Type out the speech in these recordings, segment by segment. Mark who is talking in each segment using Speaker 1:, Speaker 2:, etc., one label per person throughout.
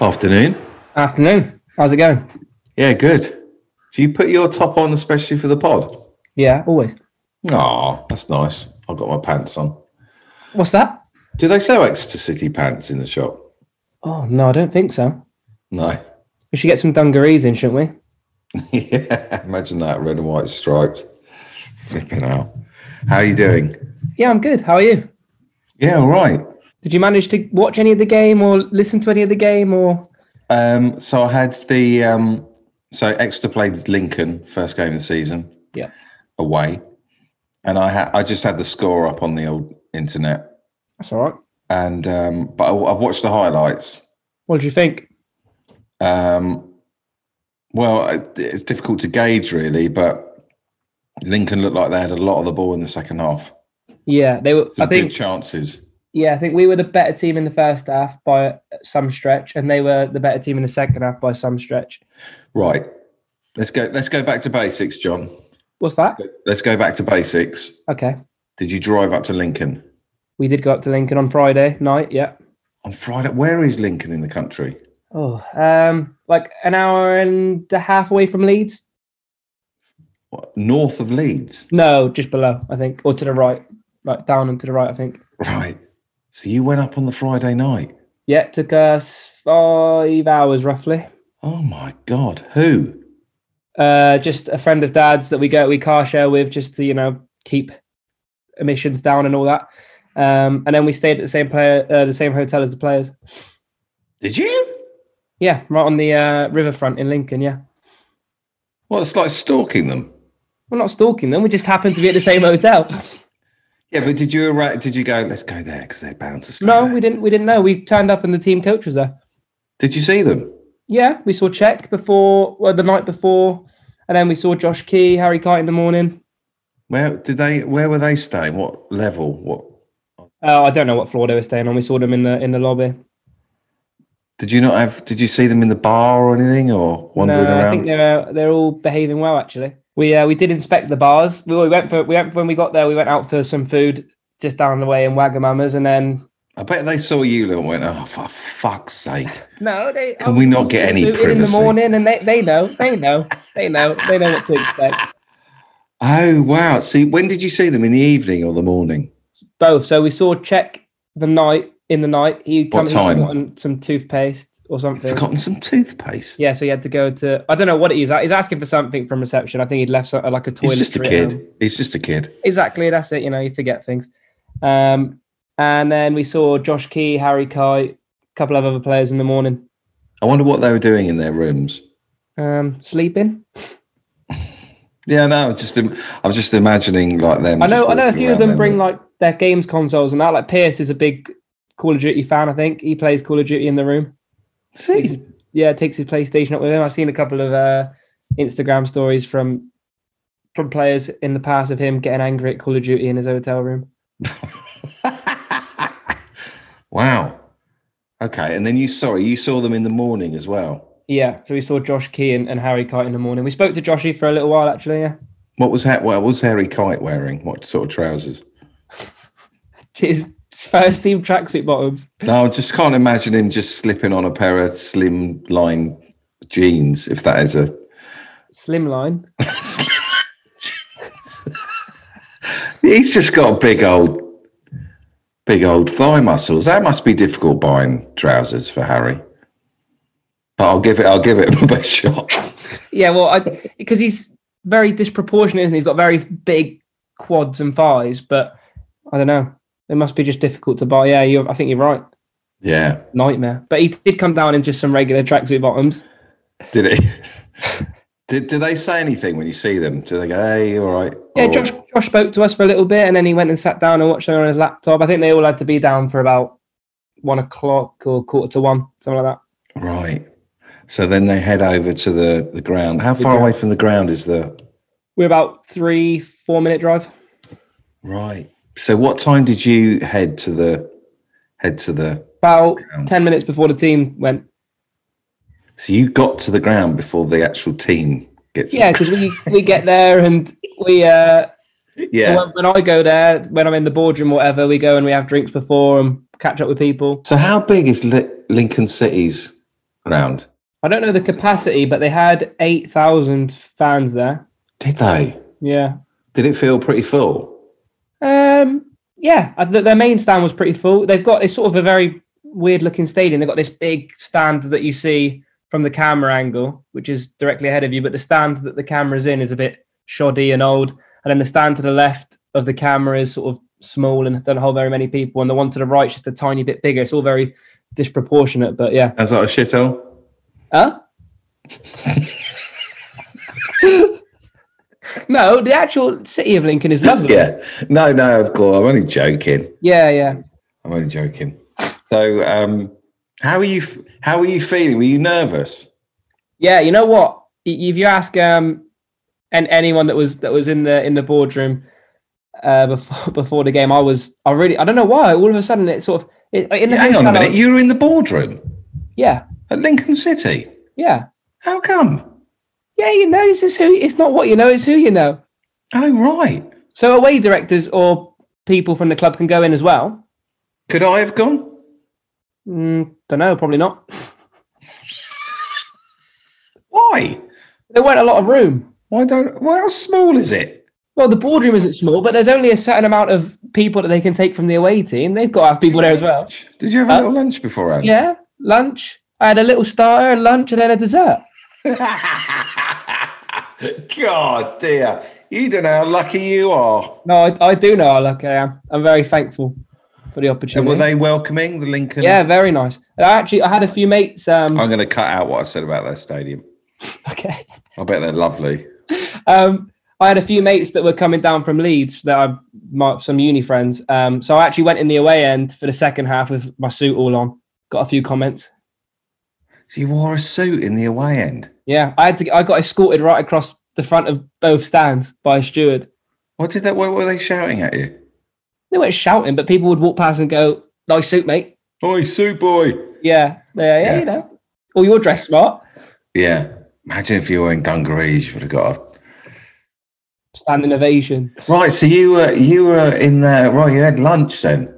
Speaker 1: Afternoon.
Speaker 2: Afternoon. How's it going?
Speaker 1: Yeah, good. Do you put your top on especially for the pod?
Speaker 2: Yeah, always.
Speaker 1: Oh, that's nice. I've got my pants on.
Speaker 2: What's that?
Speaker 1: Do they sell Exeter City pants in the shop?
Speaker 2: Oh, no, I don't think so.
Speaker 1: No.
Speaker 2: We should get some dungarees in, shouldn't we?
Speaker 1: yeah, imagine that red and white striped. Flipping out. How are you doing?
Speaker 2: Yeah, I'm good. How are you?
Speaker 1: Yeah, all right.
Speaker 2: Did you manage to watch any of the game or listen to any of the game or
Speaker 1: Um, so I had the um, so Exeter played Lincoln first game of the season.
Speaker 2: Yeah.
Speaker 1: away, and I had I just had the score up on the old internet,
Speaker 2: that's all right.
Speaker 1: and um, but I, I've watched the highlights.
Speaker 2: What did you think?
Speaker 1: Um, well, it- it's difficult to gauge really, but Lincoln looked like they had a lot of the ball in the second half.
Speaker 2: Yeah, they were
Speaker 1: Some
Speaker 2: I think
Speaker 1: big chances.
Speaker 2: yeah, I think we were the better team in the first half by some stretch, and they were the better team in the second half by some stretch.
Speaker 1: Right, let's go. Let's go back to basics, John.
Speaker 2: What's that?
Speaker 1: Let's go back to basics.
Speaker 2: Okay.
Speaker 1: Did you drive up to Lincoln?
Speaker 2: We did go up to Lincoln on Friday night, yeah.
Speaker 1: On Friday, where is Lincoln in the country?
Speaker 2: Oh, um, like an hour and a half away from Leeds.
Speaker 1: What, north of Leeds,
Speaker 2: No, just below, I think, or to the right, like down and to the right, I think.
Speaker 1: right? So you went up on the Friday night.
Speaker 2: Yeah, it took us five hours roughly.
Speaker 1: Oh my God, who?
Speaker 2: Uh, just a friend of dad's that we go we car share with, just to you know keep emissions down and all that. Um, and then we stayed at the same player, uh, the same hotel as the players.
Speaker 1: Did you?
Speaker 2: Yeah, right on the uh, riverfront in Lincoln. Yeah,
Speaker 1: Well, it's like stalking them.
Speaker 2: we're not stalking them. We just happened to be at the same hotel.
Speaker 1: Yeah, but did you arra- did you go? Let's go there because they're bound to. Stay
Speaker 2: No,
Speaker 1: there."
Speaker 2: we didn't. We didn't know. We turned up and the team coach was there.
Speaker 1: Did you see them?
Speaker 2: Yeah, we saw Czech before, well, the night before, and then we saw Josh Key, Harry Kite in the morning.
Speaker 1: Where did they? Where were they staying? What level? What
Speaker 2: Uh, I don't know what floor they were staying on. We saw them in the in the lobby.
Speaker 1: did you not have? Did you see them in the bar or anything or wandering
Speaker 2: no,
Speaker 1: around?
Speaker 2: I think they're uh, they're all behaving well actually. We uh, we did inspect the bars. We, we went for we went, when we got there. We went out for some food just down the way in Wagamama's, and then
Speaker 1: I bet they saw you and went, "Oh, for fuck's sake!"
Speaker 2: no, they
Speaker 1: Can
Speaker 2: I
Speaker 1: we
Speaker 2: was
Speaker 1: not get any
Speaker 2: booted in the
Speaker 1: privacy?
Speaker 2: morning? And they they know they know they know they know what to expect.
Speaker 1: Oh wow! See, when did you see them? In the evening or the morning?
Speaker 2: Both. So we saw Czech the night in the night. He
Speaker 1: What
Speaker 2: come
Speaker 1: time?
Speaker 2: on some toothpaste or something.
Speaker 1: Forgotten some toothpaste.
Speaker 2: Yeah, so he had to go to. I don't know what it is. He's asking for something from reception. I think he'd left some, like a toilet.
Speaker 1: He's just a kid. He's just a kid.
Speaker 2: Exactly, that's it. You know, you forget things. Um, and then we saw Josh Key, Harry Kite, a couple of other players in the morning
Speaker 1: I wonder what they were doing in their rooms.
Speaker 2: um, sleeping.
Speaker 1: Yeah, no, just im- I was just imagining like them.
Speaker 2: I
Speaker 1: just
Speaker 2: know, I know a
Speaker 1: walking
Speaker 2: few
Speaker 1: around
Speaker 2: of them
Speaker 1: their
Speaker 2: bring
Speaker 1: room.
Speaker 2: like their games consoles and that. Like Pierce is a big Call of Duty fan. I think he plays Call of Duty in the room. Takes
Speaker 1: See,
Speaker 2: his- yeah, takes his PlayStation up with him. I've seen a couple of uh, Instagram stories from from players in the past of him getting angry at Call of Duty in his hotel room.
Speaker 1: wow. Okay, and then you sorry you saw them in the morning as well.
Speaker 2: Yeah, so we saw Josh Key and, and Harry Kite in the morning. We spoke to Joshy for a little while actually. Yeah,
Speaker 1: What was ha- what was Harry Kite wearing? What sort of trousers?
Speaker 2: his first team tracksuit bottoms.
Speaker 1: No, I just can't imagine him just slipping on a pair of slim line jeans if that is a
Speaker 2: Slimline.
Speaker 1: He's just got big old, big old thigh muscles. That must be difficult buying trousers for Harry. But I'll give it. I'll give it my best shot.
Speaker 2: Yeah, well, I because he's very disproportionate, isn't he? He's got very big quads and thighs, but I don't know. It must be just difficult to buy. Yeah, you I think you're right.
Speaker 1: Yeah.
Speaker 2: Nightmare. But he did come down in just some regular tracksuit bottoms.
Speaker 1: Did it? did do they say anything when you see them? Do they go, "Hey, all right"?
Speaker 2: Yeah,
Speaker 1: or-
Speaker 2: Josh, Josh spoke to us for a little bit, and then he went and sat down and watched it on his laptop. I think they all had to be down for about one o'clock or quarter to one, something like that.
Speaker 1: Right. So then they head over to the the ground. How far away from the ground is the
Speaker 2: We're about three, four minute drive.
Speaker 1: right? So what time did you head to the head to the?
Speaker 2: About ten minutes before the team went.
Speaker 1: So you got to the ground before the actual team gets.
Speaker 2: Yeah, because we we get there and we uh
Speaker 1: Yeah.
Speaker 2: when, when I go there, when I'm in the boardroom, whatever, we go and we have drinks before and catch up with people.
Speaker 1: So how big is Li- Lincoln City's ground?
Speaker 2: I don't know the capacity, but they had eight thousand fans there.
Speaker 1: Did they?
Speaker 2: Yeah,
Speaker 1: Did it feel pretty full?
Speaker 2: Um, yeah, uh, th- their main stand was pretty full. They've got it's sort of a very weird looking stadium. They've got this big stand that you see from the camera angle, which is directly ahead of you, but the stand that the camera's in is a bit shoddy and old. And then the stand to the left of the camera is sort of small and doesn't hold very many people. And the one to the right's just a tiny bit bigger. It's all very disproportionate, but yeah.
Speaker 1: Sounds like a shithole.
Speaker 2: Huh? no, the actual city of Lincoln is lovely.
Speaker 1: Yeah. No, no, of course. I'm only joking.
Speaker 2: yeah, yeah.
Speaker 1: I'm only joking. So, um, how are you? f- How are you feeling? Were you nervous?
Speaker 2: Yeah, you know what? I- If you ask um, and anyone that was that was in the in the boardroom uh, before before the game, I was I really I don't know why. All of a sudden, it sort of it, in the
Speaker 1: Hang on a
Speaker 2: hotel, I
Speaker 1: minute.
Speaker 2: was-
Speaker 1: You were in the boardroom
Speaker 2: yeah,
Speaker 1: at Lincoln City.
Speaker 2: yeah,
Speaker 1: How come?
Speaker 2: yeah. You know, it's just who it's not what you know, it's who you know.
Speaker 1: Oh, right.
Speaker 2: So away directors or people from the club can go in as well.
Speaker 1: Could I have gone?
Speaker 2: Mm, don't know, probably not.
Speaker 1: Why?
Speaker 2: There weren't a lot of room.
Speaker 1: Why don't? Well, how small is it?
Speaker 2: Well, the boardroom isn't small, but there's only a certain amount of people that they can take from the away team. They've got to have people there as well.
Speaker 1: Did you have a
Speaker 2: Uh,
Speaker 1: little lunch beforehand?
Speaker 2: Yeah, lunch. I had a little starter, lunch, and then a dessert.
Speaker 1: God dear, you don't know how lucky you are.
Speaker 2: No, I, I do know how lucky I am. I'm very thankful for the
Speaker 1: And
Speaker 2: opportunity.
Speaker 1: were they welcoming the Lincoln?
Speaker 2: yeah, very nice. And I actually I had a few mates. Um,
Speaker 1: I'm going to cut out what I said about their stadium.
Speaker 2: okay.
Speaker 1: I bet they're lovely.
Speaker 2: Um, I had a few mates that were coming down from Leeds that I my, some uni friends. Um, so I actually went in the away end for the second half with my suit all on. Got a few comments.
Speaker 1: So you wore a suit in the away end.
Speaker 2: Yeah, I had to. I got escorted right across the front of both stands by a steward.
Speaker 1: What did that? What were they shouting at you?
Speaker 2: They weren't shouting, but people would walk past and go, "Nice suit, mate."
Speaker 1: Oi, suit boy.
Speaker 2: Yeah, yeah, yeah.
Speaker 1: Yeah.
Speaker 2: You know, or you're dressed smart.
Speaker 1: Yeah. Imagine if you were in dungarees, you would have got. A...
Speaker 2: Standing ovation.
Speaker 1: Right. So you were you were in there. Right. You had lunch then.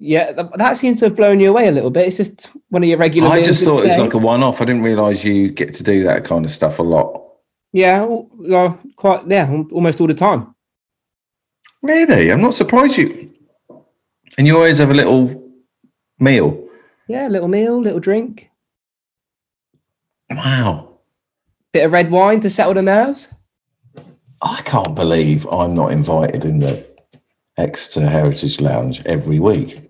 Speaker 2: Yeah, th- that seems to have blown you away a little bit. It's just one of your regular.
Speaker 1: I
Speaker 2: meals
Speaker 1: just
Speaker 2: of the
Speaker 1: thought it was
Speaker 2: day.
Speaker 1: like a one off. I didn't realise you get to do that kind of stuff a lot.
Speaker 2: yeah, al- well, quite yeah, al- almost all the time.
Speaker 1: Really? I'm not surprised you. And you always have a little meal.
Speaker 2: Yeah, little meal, little drink,
Speaker 1: Wow.
Speaker 2: bit of red wine to settle the nerves.
Speaker 1: I can't believe I'm not invited in the Exeter Heritage Lounge every week.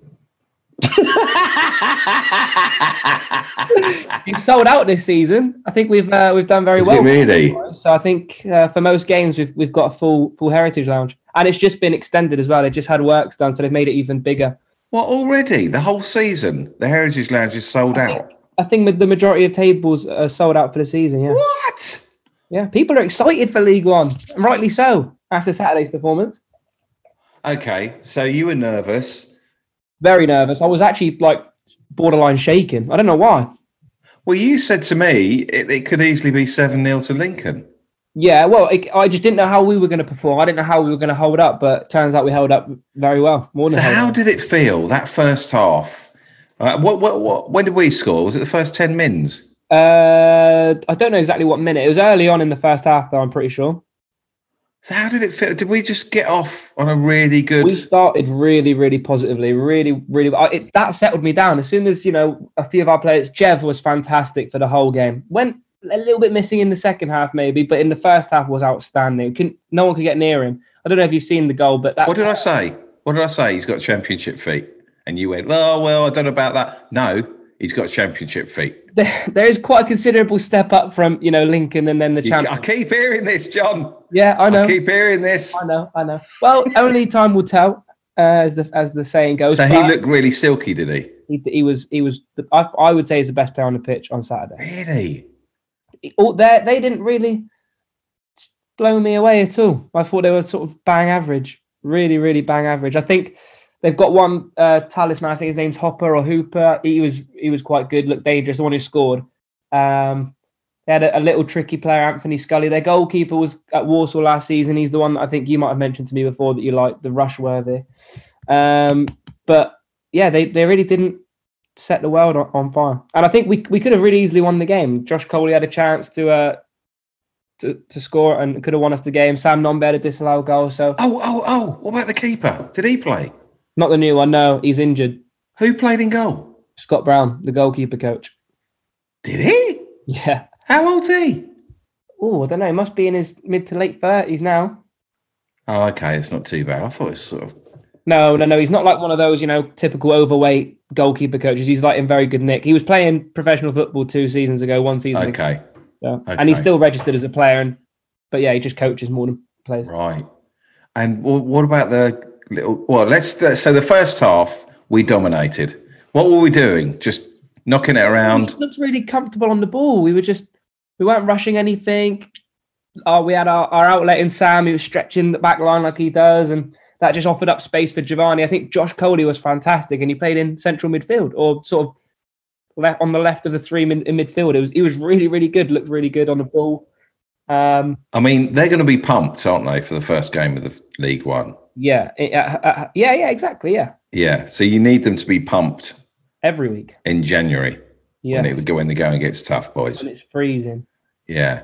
Speaker 2: It's sold out this season. I think we've uh, we've done very
Speaker 1: Is
Speaker 2: well.
Speaker 1: it really?
Speaker 2: So I think uh, for most games we've we've got a full full heritage lounge, and it's just been extended as well. They've just had works done, so they've made it even bigger.
Speaker 1: What already? The whole season, the Heritage Lounge is sold out.
Speaker 2: I think with the majority of tables are sold out for the season. Yeah,
Speaker 1: What?
Speaker 2: yeah, people are excited for League One, and rightly so after Saturday's performance.
Speaker 1: Okay, so you were nervous.
Speaker 2: very nervous. I was actually like borderline shaking. I don't know why.
Speaker 1: Well, you said to me it, it could easily be 7 0 to Lincoln.
Speaker 2: Yeah, well, it, I just didn't know how we were going to perform. I didn't know how we were going to hold up, but turns out we held up very well. More than
Speaker 1: So,
Speaker 2: held
Speaker 1: how
Speaker 2: up.
Speaker 1: did it feel that first half? Uh, what, what, what, when did we score? Was it the first 10 mins?
Speaker 2: uh, I don't know exactly what minute. It was early on in the first half, though. I'm pretty sure
Speaker 1: So, how did it feel? Did we just get off on a really good.
Speaker 2: we started really, really positively. Really, really. I, it, that settled me down as soon as you know a few of our players. Jev was fantastic for the whole game. Went a little bit missing in the second half, maybe, but in the first half was outstanding. Couldn't, no one could get near him. I don't know if you've seen the goal, but that
Speaker 1: What did I say? What did I say? He's got championship feet. and you went, "Oh well, I don't know about that." No, he's got championship feet.
Speaker 2: There, there is quite a considerable step up from you know Lincoln and then the
Speaker 1: You-
Speaker 2: champion.
Speaker 1: I keep hearing this, John.
Speaker 2: yeah, I know,
Speaker 1: I keep hearing this.
Speaker 2: I know, I know. Well, only time will tell, uh, as the as the saying goes.
Speaker 1: So he
Speaker 2: but
Speaker 1: looked really silky, did he?
Speaker 2: he, he was he was the, I, I would say he's the best player on the pitch on Saturday.
Speaker 1: Really?
Speaker 2: All they they didn't really blow me away at all. I thought they were sort of bang average, really really bang average. I think they've got one uh, talisman. I think his name's Hopper or Hooper. He was he was quite good, looked dangerous. The one who scored. Um, they had a, a little tricky player, Anthony Scully. Their goalkeeper was at Warsaw last season. He's the one that I think you might have mentioned to me before that you like the Rushworthy. Um, but yeah, they, they really didn't set the world on, on fire. And I think we we could have really easily won the game. Josh Coley had a chance to uh to, to score and could have won us the game. Sam Nombe had a disallowed goal, so
Speaker 1: Oh, oh, oh! What about the keeper? Did he play?
Speaker 2: not the new one. No, he's injured.
Speaker 1: Who played in goal?
Speaker 2: Scott Brown, the goalkeeper coach.
Speaker 1: Did he?
Speaker 2: Yeah.
Speaker 1: How old's he?
Speaker 2: Oh, I don't know. He must be in his mid to late thirties now.
Speaker 1: Oh, okay, it's not too bad. I thought it was sort of
Speaker 2: No, no, no. He's not like one of those, you know, typical overweight goalkeeper coaches. He's like in very good nick. He was playing professional football two seasons ago, one season ago.
Speaker 1: okay,
Speaker 2: so-
Speaker 1: okay.
Speaker 2: And he's still registered as a player. And but yeah, he just coaches more than plays.
Speaker 1: right. And wha- what about the little? Well, let's so the first half we dominated. What were we doing? Just knocking it
Speaker 2: We
Speaker 1: around.
Speaker 2: just looked really comfortable on the ball. We were just we weren't rushing anything. Oh, we had our, our outlet in Sam, who was stretching the back line like he does, and that just offered up space for Giovanni. I think Josh Coley was fantastic, and he played in central midfield or sort of left on the left of the three min, in midfield. It was he was really really good, looked really good on the ball. Um,
Speaker 1: I mean, they're going to be pumped, aren't they, for the first game of the League One?
Speaker 2: yeah, it- uh, uh, yeah, yeah, exactly, yeah.
Speaker 1: Yeah. So you need them to be pumped
Speaker 2: Every week,
Speaker 1: in January
Speaker 2: yeah,
Speaker 1: when, it, when the going gets tough, boys.
Speaker 2: when it's freezing.
Speaker 1: Yeah.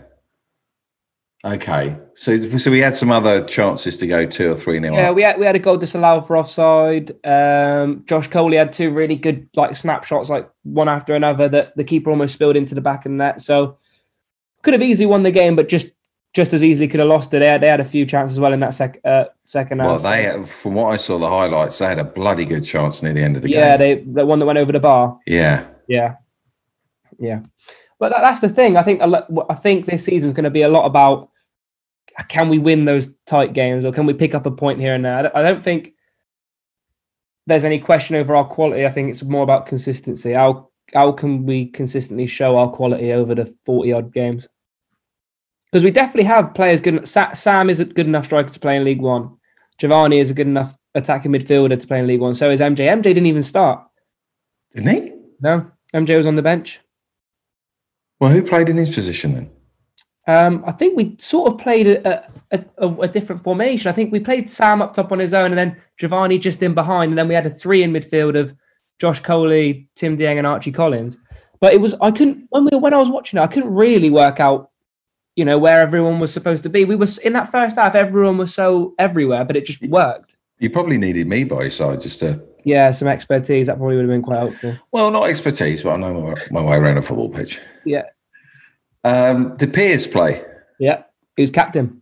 Speaker 1: Okay. So so we had some other chances to go two or three nil.
Speaker 2: Yeah,
Speaker 1: up.
Speaker 2: we had we had a goal disallowed for offside. Um, Josh Coley had two really good like snapshots, like one after another, that the keeper almost spilled into the back of the net. So could have easily won the game, but just just as easily could have lost it. They had, they had a few chances as well in that sec, uh, second half.
Speaker 1: Well, they had- from what I saw the highlights, they had a bloody good chance near the end of the
Speaker 2: yeah,
Speaker 1: game.
Speaker 2: they the one that went over the bar.
Speaker 1: yeah.
Speaker 2: Yeah, yeah. But that, that's the thing. I think a lot, I think this season's going to be a lot about uh, can we win those tight games or can we pick up a point here and there. I don't- I don't think there's any question over our quality. I think it's more about consistency. How how can we consistently show our quality over the forty odd games? Because we definitely have players good. en- Sa- Sam is a good enough striker to play in League One. Giovanni is a good enough attacking midfielder to play in League One. So is MJ. MJ didn't even start.
Speaker 1: Didn't he?
Speaker 2: No, MJ was on the bench.
Speaker 1: Well, who played in his position then?
Speaker 2: Um, I think we sort of played a, a, a, a different formation. I think we played Sam up top on his own, and then Giovanni just in behind, and then we had a three in midfield of Josh Coley, Tim Dieng, and Archie Collins. But it was I couldn't when we were- when I was watching it, I couldn't really work out, you know, where everyone was supposed to be. We were s- in that first half, everyone was so everywhere, but it just worked.
Speaker 1: You probably needed me by his side just to.
Speaker 2: Yeah, some expertise that probably would have been quite helpful.
Speaker 1: Well, not expertise, but I know my, my way around a football pitch.
Speaker 2: Yeah.
Speaker 1: Um, did Piers play?
Speaker 2: Yeah, he was captain.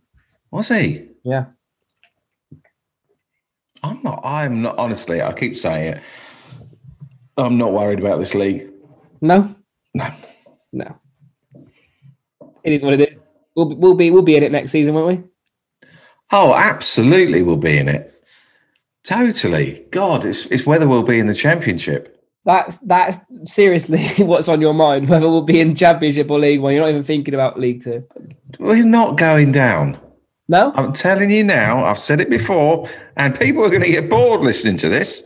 Speaker 1: Was he?
Speaker 2: Yeah.
Speaker 1: I'm not. I'm not. Honestly, I keep saying it. I'm not worried about this league.
Speaker 2: No,
Speaker 1: No.
Speaker 2: no. It is what it is. We'll, be- we'll be we'll be in it next season, won't we?
Speaker 1: Oh, absolutely, we'll be in it. Totally. God, it's it's whether we'll be in the championship.
Speaker 2: That's that's seriously what's on your mind. Whether we'll be in Championship or League One, you're not even thinking about League Two.
Speaker 1: We're not going down.
Speaker 2: No,
Speaker 1: I'm telling you now, I've said it before, and people are going to get bored listening to this.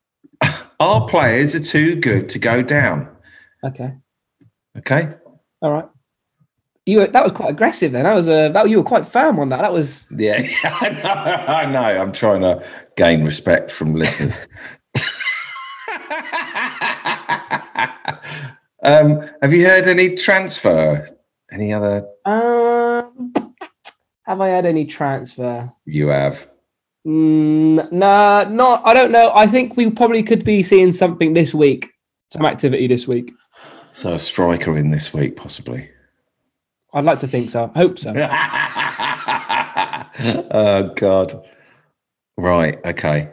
Speaker 1: Our players are too good to go down.
Speaker 2: okay,
Speaker 1: Okay.
Speaker 2: all right. You were, that was quite aggressive then. That was a that you were quite firm on that. That was
Speaker 1: Yeah, I know. I know. I'm trying to gain respect from listeners. um, have you heard any transfer? Any other
Speaker 2: um. Have I had any transfer?
Speaker 1: you have?
Speaker 2: Mm, nah, not. I don't know. I think we probably could be seeing something this week. Some activity this week.
Speaker 1: So a striker in this week, possibly.
Speaker 2: I'd like to think so. Hope so.
Speaker 1: oh God! Right. Okay.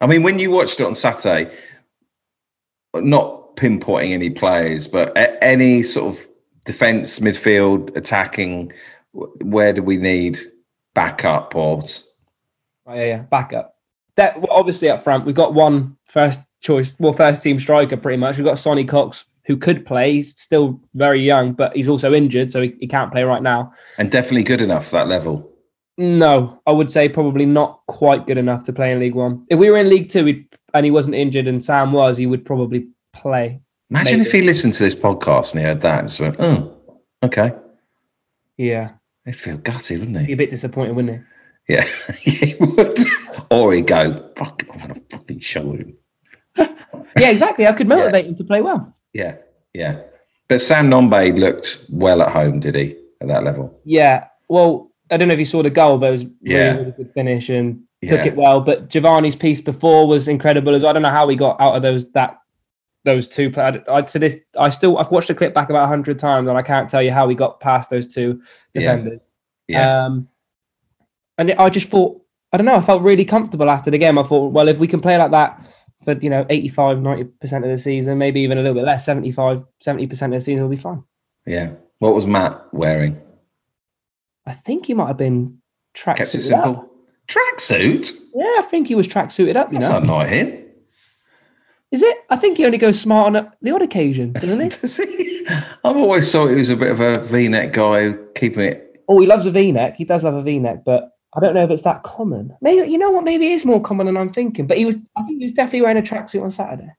Speaker 1: I mean, when you watched it on Saturday, not pinpointing any players, but a- any sort of defence, midfield, attacking, wh- where do we need backup or s-
Speaker 2: Oh, yeah, yeah. Backup. That well, obviously up front, we've got one first choice, well, first team striker pretty much. We've got Sonny Cox, who could play. He's still very young, but he's also injured, so he, he can't play right now.
Speaker 1: and definitely good enough for that level?
Speaker 2: No, I would say probably not quite good enough to play in League One. If we were in League Two we'd, and he wasn't injured and Sam was, he would probably play.
Speaker 1: Imagine
Speaker 2: Maybe.
Speaker 1: if he listened to this podcast and he heard that and just went, "Oh, okay."
Speaker 2: Yeah.
Speaker 1: He'd feel gutted, wouldn't
Speaker 2: Be
Speaker 1: he?
Speaker 2: a bit disappointed, wouldn't he?
Speaker 1: Yeah, he would. Or he'd go, "Fuck, I'm gonna fucking show him."
Speaker 2: Yeah, exactly. I could motivate him to play well.
Speaker 1: Yeah, yeah. But Sam Nombe looked well at home, did he? At that level,
Speaker 2: Yeah. Well, I don't know if you saw the goal, but it was
Speaker 1: Yeah.
Speaker 2: really, really good finish and took
Speaker 1: Yeah.
Speaker 2: it well. But Giovanni's piece before was incredible as well. I don't know how we got out of those that those two. pla- I, I, to this, I still I've watched the clip back about hundred times, and I can't tell you how we got past those two
Speaker 1: Yeah.
Speaker 2: defenders.
Speaker 1: Yeah.
Speaker 2: Um, and it- I just thought, I don't know, I felt really comfortable after the game. I thought, well, if we can play like that for, you know, 85, 90% of the season, maybe even a little bit less, 75, 70% of the season will be fine.
Speaker 1: yeah. What was Matt wearing?
Speaker 2: I think he might have been track
Speaker 1: Kept it
Speaker 2: suited up.
Speaker 1: simple. Tracksuit?
Speaker 2: Yeah, I think he was track suited up, you
Speaker 1: That's
Speaker 2: know.
Speaker 1: not like him.
Speaker 2: Is it? I think he only goes smart on a, the odd occasion, doesn't he?
Speaker 1: Does he? I've always thought he was a bit of a V-neck guy, keeping it.
Speaker 2: oh, he loves a V neck. He does love a V neck, but I don't know if it's that common. Maybe, you know what? Maybe it is more common than I'm thinking, but he was, I think he was definitely wearing a tracksuit on Saturday.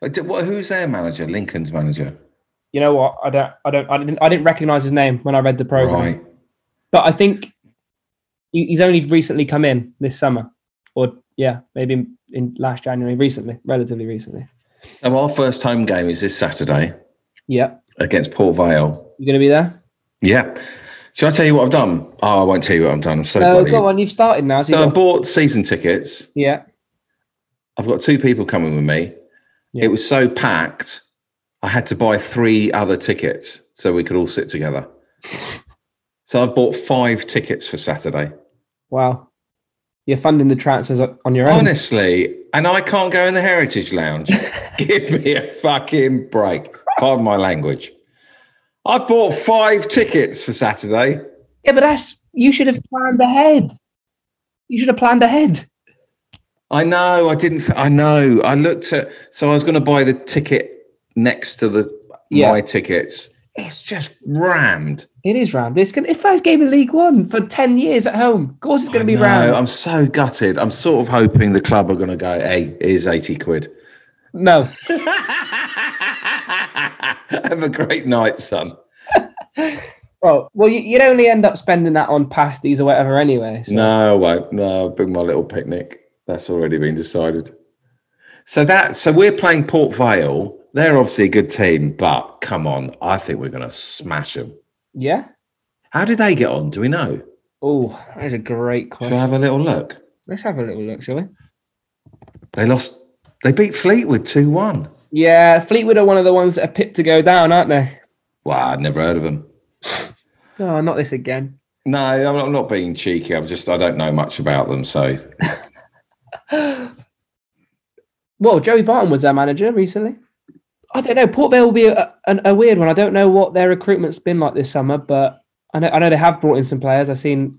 Speaker 1: But Uh, d- what- Who's their manager? Lincoln's manager,
Speaker 2: you know what? I don't, I don't, I didn't, I didn't recognize his name when I read the program.
Speaker 1: right?
Speaker 2: But I think he- he's only recently come in this summer, or yeah, maybe in, in last January, recently, relatively recently.
Speaker 1: So our first home game is this Saturday
Speaker 2: Yeah,
Speaker 1: against Port Vale.
Speaker 2: you gonna be there?
Speaker 1: Yeah. Should I tell you what I've done? Oh, I won't tell you what I've done. I'm so
Speaker 2: No,
Speaker 1: bloody.
Speaker 2: go on. You've started now. So
Speaker 1: So I
Speaker 2: you got,
Speaker 1: bought season tickets.
Speaker 2: yeah,
Speaker 1: I've got two people coming with me.
Speaker 2: Yeah.
Speaker 1: It was so packed, I had to buy three other tickets so we could all sit together. so I've bought five tickets for Saturday.
Speaker 2: wow. You're funding the transfers o- on your own.
Speaker 1: Honestly, and I can't go in the Heritage Lounge. Give me a fucking break. Pardon my language. I've bought five tickets for Saturday.
Speaker 2: Yeah, but that's you should have planned ahead. You should have planned ahead.
Speaker 1: I know. I didn't. I know. I looked at. So I was going to buy the ticket next to the
Speaker 2: Yeah.
Speaker 1: my tickets. It's just rammed.
Speaker 2: It is round. It's gonna, it's first game in League One for ten years at home. Of course, it's gonna be
Speaker 1: No,
Speaker 2: round.
Speaker 1: I'm so gutted. I'm sort of hoping the club are going to go. Hey, here's eighty quid.
Speaker 2: no,
Speaker 1: Have a great night, son.
Speaker 2: Well, well, you- you'd only end up spending that on pasties or whatever anyway. So.
Speaker 1: No, I won't. No, I'll bring my little picnic. That's already been decided. So that so we're playing Port Vale. They're obviously a good team, but come on, I think we're going to smash them.
Speaker 2: Yeah.
Speaker 1: How do they get on? Do we know?
Speaker 2: Oh, that is a great
Speaker 1: Shall I
Speaker 2: question.
Speaker 1: have a little look?
Speaker 2: Let's have a little look, shall we?
Speaker 1: They lost. They beat Fleetwood two one.
Speaker 2: Yeah, Fleetwood are one of the ones that are pipped to go down, aren't they?
Speaker 1: Wow, I'd never heard of them.
Speaker 2: Oh, not this again.
Speaker 1: No, I'm not- I'm not being cheeky. I'm just I don't know much about them. So
Speaker 2: Well, Joey Barton was their manager recently. I don't know. Port Vale will be a, a, a weird one. I don't know what their recruitment's been like this summer, but I know I know they have brought in some players. I've seen,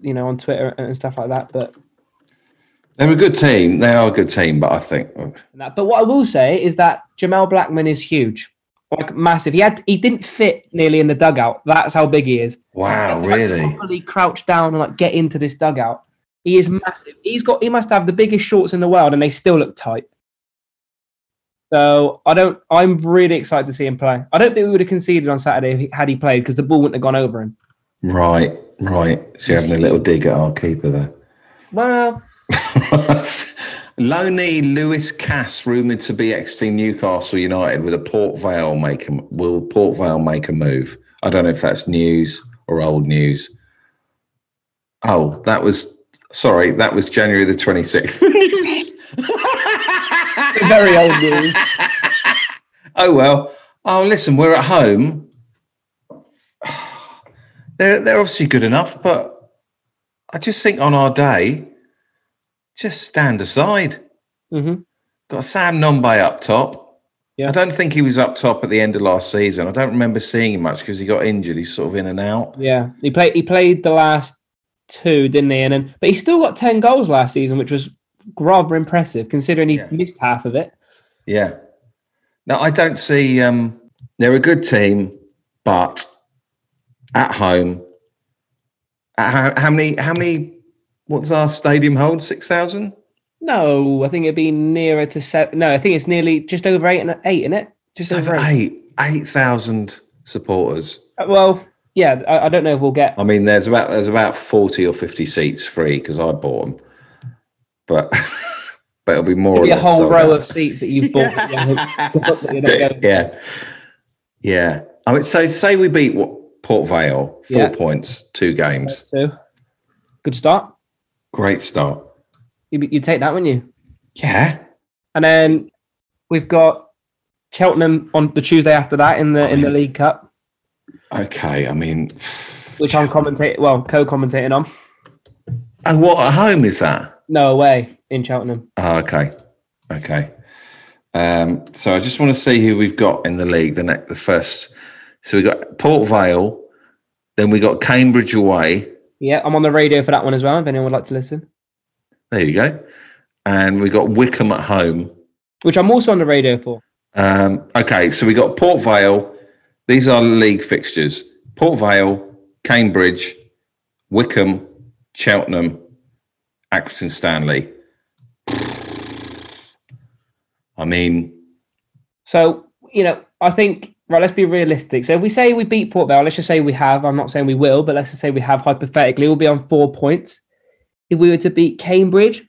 Speaker 2: you know, on Twitter and stuff like that. But
Speaker 1: they're a good team. They are a good team, but I think
Speaker 2: and that. But what I will say is that Jamel Blackman is huge, like massive. He had he didn't fit nearly in the dugout. That's how big he is. He
Speaker 1: wow,
Speaker 2: had to, like,
Speaker 1: really?
Speaker 2: properly crouch down and like get into this dugout. He is massive. He's got he must have the biggest shorts in the world, and they still look tight. So I don't. I'm really excited to see him play. I don't think we would have conceded on Saturday if he, had he played because the ball wouldn't have gone over him.
Speaker 1: Right, right. So you're having a little dig at our keeper
Speaker 2: Well,
Speaker 1: there. Loney Lewis Cass rumored to be exiting Newcastle United with a Port Vale make. A, will Port Vale make a move? I don't know if that's news or old news. Oh, that was sorry. That was January the twenty sixth.
Speaker 2: very old news.
Speaker 1: oh well. Oh, listen, we're at home. They're they're obviously good enough, but I just think on our day, just stand aside.
Speaker 2: hmm
Speaker 1: Got Sam Nombe up top.
Speaker 2: Yeah.
Speaker 1: I don't think he was up top at the end of last season. I don't remember seeing him much because he got injured. He's sort of in and out.
Speaker 2: Yeah, he played. He played the last two, didn't he? And then, but he still got ten goals last season, which was rather impressive considering he
Speaker 1: Yeah.
Speaker 2: missed half of it.
Speaker 1: Yeah. No, I don't see. Um, they're a good team, but at home, at how, how many? How many? What's our stadium hold? Six thousand.
Speaker 2: No, I think it'd be nearer to seven. No, I think it's nearly just over eight and eight, isn't it? Just over
Speaker 1: Over
Speaker 2: eight.
Speaker 1: eight. Eight thousand supporters.
Speaker 2: Uh, Well, yeah, I, I don't know if we'll get.
Speaker 1: I mean, there's about there's about forty or fifty seats free because I bought them, but but it'll be more.
Speaker 2: It'll
Speaker 1: or
Speaker 2: be a
Speaker 1: less
Speaker 2: whole
Speaker 1: sold
Speaker 2: row
Speaker 1: out.
Speaker 2: of seats that you've bought. yeah, you're not going-
Speaker 1: yeah, yeah. I mean, so say we beat what, Port Vale, four
Speaker 2: Yeah.
Speaker 1: points, two games,
Speaker 2: So, good start.
Speaker 1: great start.
Speaker 2: You you take that, wouldn't you?
Speaker 1: Yeah,
Speaker 2: And then we've got Cheltenham on the Tuesday after that in the in the League Cup,
Speaker 1: okay. I mean,
Speaker 2: which I'm commentating. Well, co-commentating on.
Speaker 1: and what at home is that?
Speaker 2: No away in Cheltenham.
Speaker 1: Oh, okay, okay. Um, so I just want to see who we've got in the league. The next, the first. So we got Port Vale, then we got Cambridge away.
Speaker 2: Yeah, I'm on the radio for that one as well. If anyone would like to listen,
Speaker 1: There you go. And we got Wickham at home.
Speaker 2: which I'm also on the radio for.
Speaker 1: Um, okay, so we got Port Vale. These are league fixtures: Port Vale, Cambridge, Wickham, Cheltenham, Accrington Stanley. I mean,
Speaker 2: So, you know, I think, right, let's be realistic. So if we say we beat Port Vale, let's just say we have, I'm not saying we will, but let's just say we have hypothetically, we'll be on four points. If we were to beat Cambridge,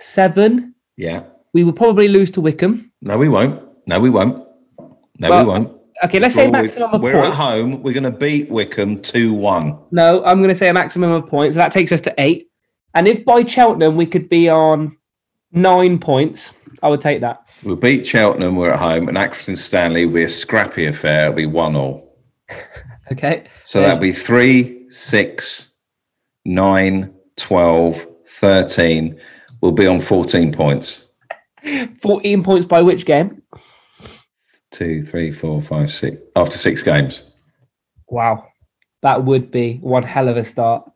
Speaker 2: seven,
Speaker 1: yeah.
Speaker 2: we would probably lose to Wickham.
Speaker 1: No, we won't. No, we won't. No,
Speaker 2: Well,
Speaker 1: we won't.
Speaker 2: Okay, let's say
Speaker 1: Well, we-
Speaker 2: maximum of
Speaker 1: we're at
Speaker 2: points.
Speaker 1: home. We're going to beat Wickham two-one.
Speaker 2: No, I'm going to say a maximum of points. That takes us to eight. And if by Cheltenham we could be on nine points, I would take that.
Speaker 1: We'll beat Cheltenham. We're at home, and Accrington Stanley. We're a scrappy affair. It'll be one all.
Speaker 2: Okay.
Speaker 1: So that'd be 3, 6, 9, 12, 13. We'll be on 14 points.
Speaker 2: 14 points by which game?
Speaker 1: 2, 3, 4, 5, 6. After six games.
Speaker 2: Wow. That would be one hell of a start.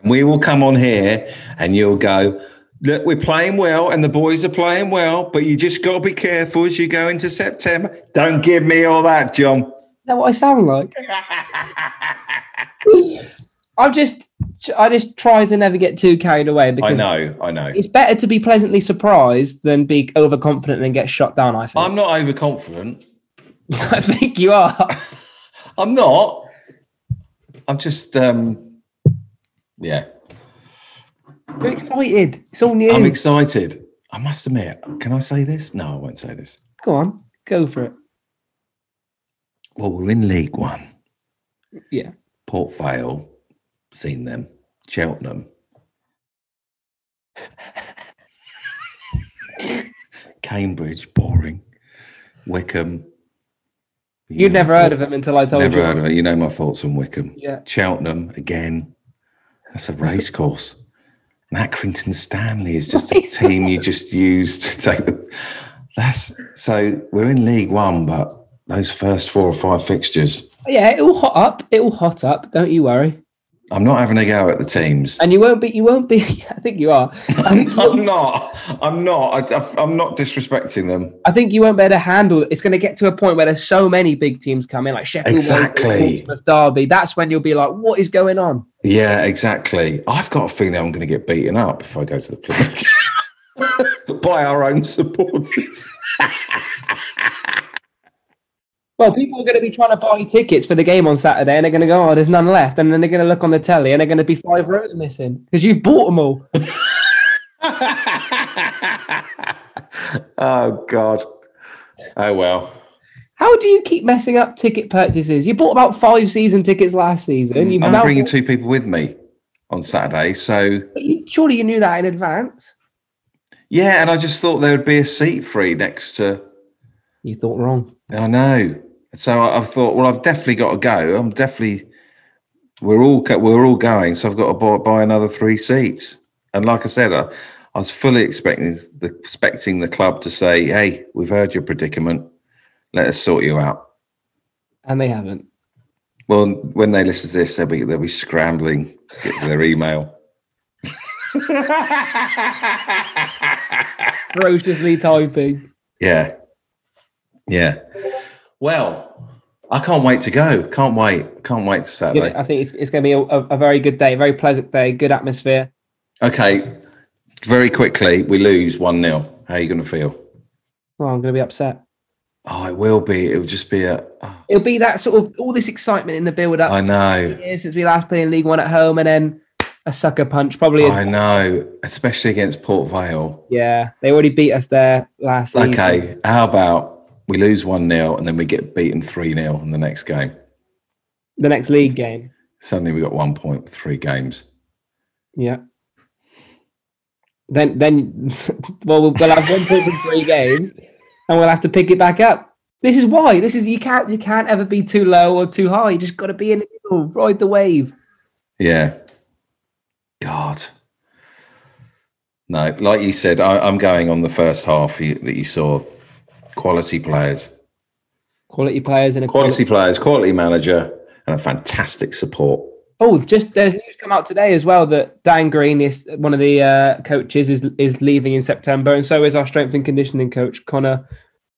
Speaker 1: And we will come on here and you'll go, look, we're playing well and the boys are playing well, but you just got to be careful as you go into September. Don't give me all that, John.
Speaker 2: Is that what I sound like? I'm just, I just try to never get too carried away
Speaker 1: I
Speaker 2: because
Speaker 1: know, I know.
Speaker 2: it's better to be pleasantly surprised than be overconfident and get shot down. I think.
Speaker 1: I'm not overconfident.
Speaker 2: I think you are.
Speaker 1: I'm not. I'm just, um, yeah.
Speaker 2: You're excited. It's all new.
Speaker 1: I'm excited. I must admit, can I say this? No, I won't say this.
Speaker 2: Go on, go for it.
Speaker 1: Well, we're in League One.
Speaker 2: Yeah.
Speaker 1: Port Vale, seen them. Cheltenham. Cambridge, boring. Wickham.
Speaker 2: You'd never heard of him until I told
Speaker 1: Never
Speaker 2: you.
Speaker 1: heard of it. You know my thoughts on Wickham.
Speaker 2: Yeah.
Speaker 1: Cheltenham again. That's a race course. And Accrington Stanley is just a
Speaker 2: Race
Speaker 1: team you just use to take the. That's so we're in League One, but those first four or five fixtures,
Speaker 2: Oh, Yeah, it will hot up. It will hot up. Don't you worry.
Speaker 1: I'm not having a go at the teams.
Speaker 2: And you won't be. You won't be. I think you are. Um,
Speaker 1: I'm, I'm not. I'm not. I, I, am not disrespecting them.
Speaker 2: I think you won't be able to handle it. It's going to get to a point where there's so many big teams coming, like Sheffield, Wednesday,
Speaker 1: Exactly.
Speaker 2: Portsmouth, Derby. That's when you'll be like, "What is going on?"
Speaker 1: Yeah, exactly. I've got a feeling I'm going to get beaten up if I go to the police by our own supporters.
Speaker 2: Well, people are going to be trying to buy tickets for the game on Saturday, and they're going to go, "Oh, there's none left," and then they're going to look on the telly, and they're going to be five rows missing because you've bought them all.
Speaker 1: oh God. Oh well.
Speaker 2: How do you keep messing up ticket purchases? You bought about five season tickets last season. You've
Speaker 1: Mm, I'm
Speaker 2: now
Speaker 1: bringing two people with me on Saturday, so
Speaker 2: But you- surely you knew that in advance.
Speaker 1: yeah. And I just thought there would be a seat free next to.
Speaker 2: You thought wrong.
Speaker 1: I know. So I, I thought, well, I've definitely got to go. I'm definitely. We're all go- we're all going, so I've got to buy, buy another three seats. And like I said, I, I was fully expecting the, expecting the club to say, "Hey, we've heard your predicament. Let us sort you out."
Speaker 2: and they haven't.
Speaker 1: Well, when they listen to this, they'll be they'll be scrambling to get to their email.
Speaker 2: Ferociously typing.
Speaker 1: Yeah, yeah. Well, I can't wait to go. Can't wait. Can't wait to Saturday.
Speaker 2: I think it's, it's going to be a, a a very good day, very pleasant day, good atmosphere.
Speaker 1: Okay, very quickly, we lose one 0 How are you going to feel?
Speaker 2: Well, I'm going to be upset.
Speaker 1: Oh, it will be. It will just be a. oh,
Speaker 2: It'll be that sort of all this excitement in the build up.
Speaker 1: I know.
Speaker 2: years since we last played in League One at home, and then a sucker punch. Probably, a-
Speaker 1: I know, especially against Port Vale.
Speaker 2: yeah. They already beat us there last. season.
Speaker 1: Okay, how about we lose 1 0 and then we get beaten 3 0 in the next game?
Speaker 2: the next league game.
Speaker 1: Suddenly we got one point, three games.
Speaker 2: Yeah. Then, then, well, we'll we'll have one point in three games, and we'll have to pick it back up. This is why. This is you can't you can't ever be too low or too high. You just got to be in the middle, ride the wave.
Speaker 1: Yeah. God. No, like you said, I, I'm going on the first half you, that you saw. Quality players,
Speaker 2: Quality players and a
Speaker 1: quality players, quality manager, and a fantastic support.
Speaker 2: Oh, just there's news come out today as well that Dan Green is one of the uh, coaches is is leaving in September, and so is our strength and conditioning coach Connor.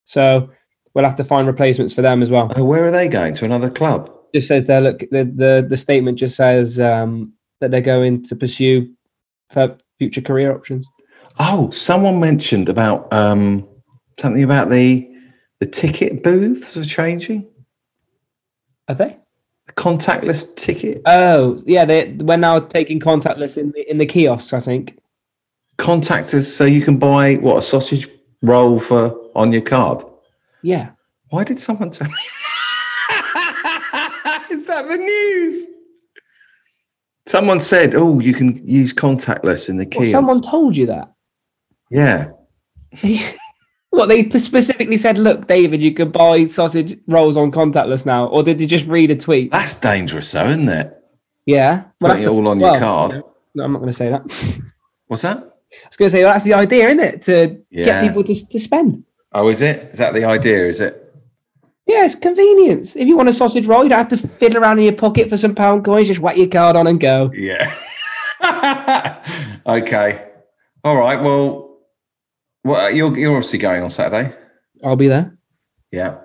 Speaker 2: So we'll have to find replacements for them as well.
Speaker 1: Oh, where are they going? To another club?
Speaker 2: Just says there. Look, the the, the statement just says um, that they're going to pursue for future career options.
Speaker 1: Oh, someone mentioned about um, something about the the ticket booths are changing.
Speaker 2: Are they?
Speaker 1: The contactless ticket,
Speaker 2: Oh, yeah. They we're now taking contactless in the in the kiosks. I think.
Speaker 1: contactless, so you can buy what a sausage roll for on your card.
Speaker 2: Yeah.
Speaker 1: Why did someone tell me? Is that the news? Someone said, "Oh, you can use contactless in the
Speaker 2: Well,
Speaker 1: kiosk."
Speaker 2: someone told you that.
Speaker 1: yeah,
Speaker 2: What they specifically said, look, David, you could buy sausage rolls on contactless now, or did they just read a tweet?
Speaker 1: that's dangerous, though, isn't it?
Speaker 2: Yeah, well,
Speaker 1: Putting it all on your
Speaker 2: well,
Speaker 1: card.
Speaker 2: No, I'm not going to say that. I
Speaker 1: What's that?
Speaker 2: was going to say well, that's the idea, isn't it, to
Speaker 1: Yeah.
Speaker 2: get people to, to spend.
Speaker 1: Oh, is it? Is that the idea? Is it?
Speaker 2: Yeah, it's convenience. If you want a sausage roll, you don't have to fiddle around in your pocket for some pound coins. Just whack your card on and go.
Speaker 1: Yeah. okay. All right. Well, well, you're you're obviously going on Saturday.
Speaker 2: I'll be there.
Speaker 1: Yeah.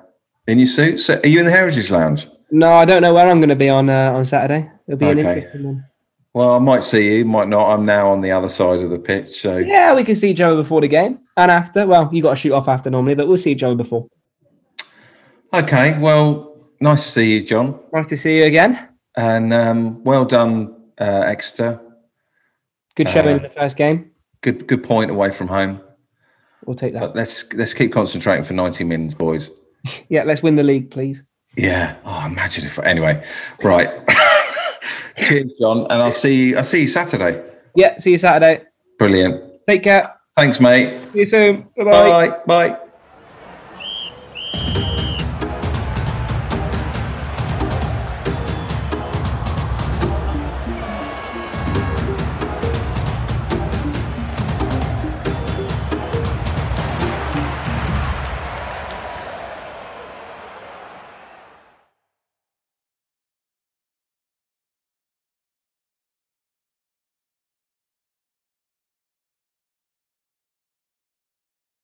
Speaker 1: In your suit? So are you in the Heritage Lounge?
Speaker 2: No, I don't know where I'm going to be on uh, on Saturday. It'll be an
Speaker 1: Okay.
Speaker 2: interesting one.
Speaker 1: Well, I might see you, might not. I'm now on the other side of the pitch. So
Speaker 2: Yeah, we can see each other before the game and after. Well, you got to shoot off after normally, but we'll see each other before.
Speaker 1: okay. Well, nice to see you, John.
Speaker 2: Nice to see you again.
Speaker 1: And um, well done, uh, Exeter.
Speaker 2: Good
Speaker 1: Uh,
Speaker 2: showing in the first game.
Speaker 1: Good good point away from home.
Speaker 2: We'll take that.
Speaker 1: But let's let's keep concentrating for 90 minutes, boys.
Speaker 2: Yeah, let's win the league, please.
Speaker 1: Yeah. Oh, imagine if anyway. Right. Cheers, John. And I'll see you I'll see you Saturday.
Speaker 2: Yeah, see you Saturday.
Speaker 1: Brilliant.
Speaker 2: Take care.
Speaker 1: Thanks, mate.
Speaker 2: See you soon. Bye-bye.
Speaker 1: Bye. Bye.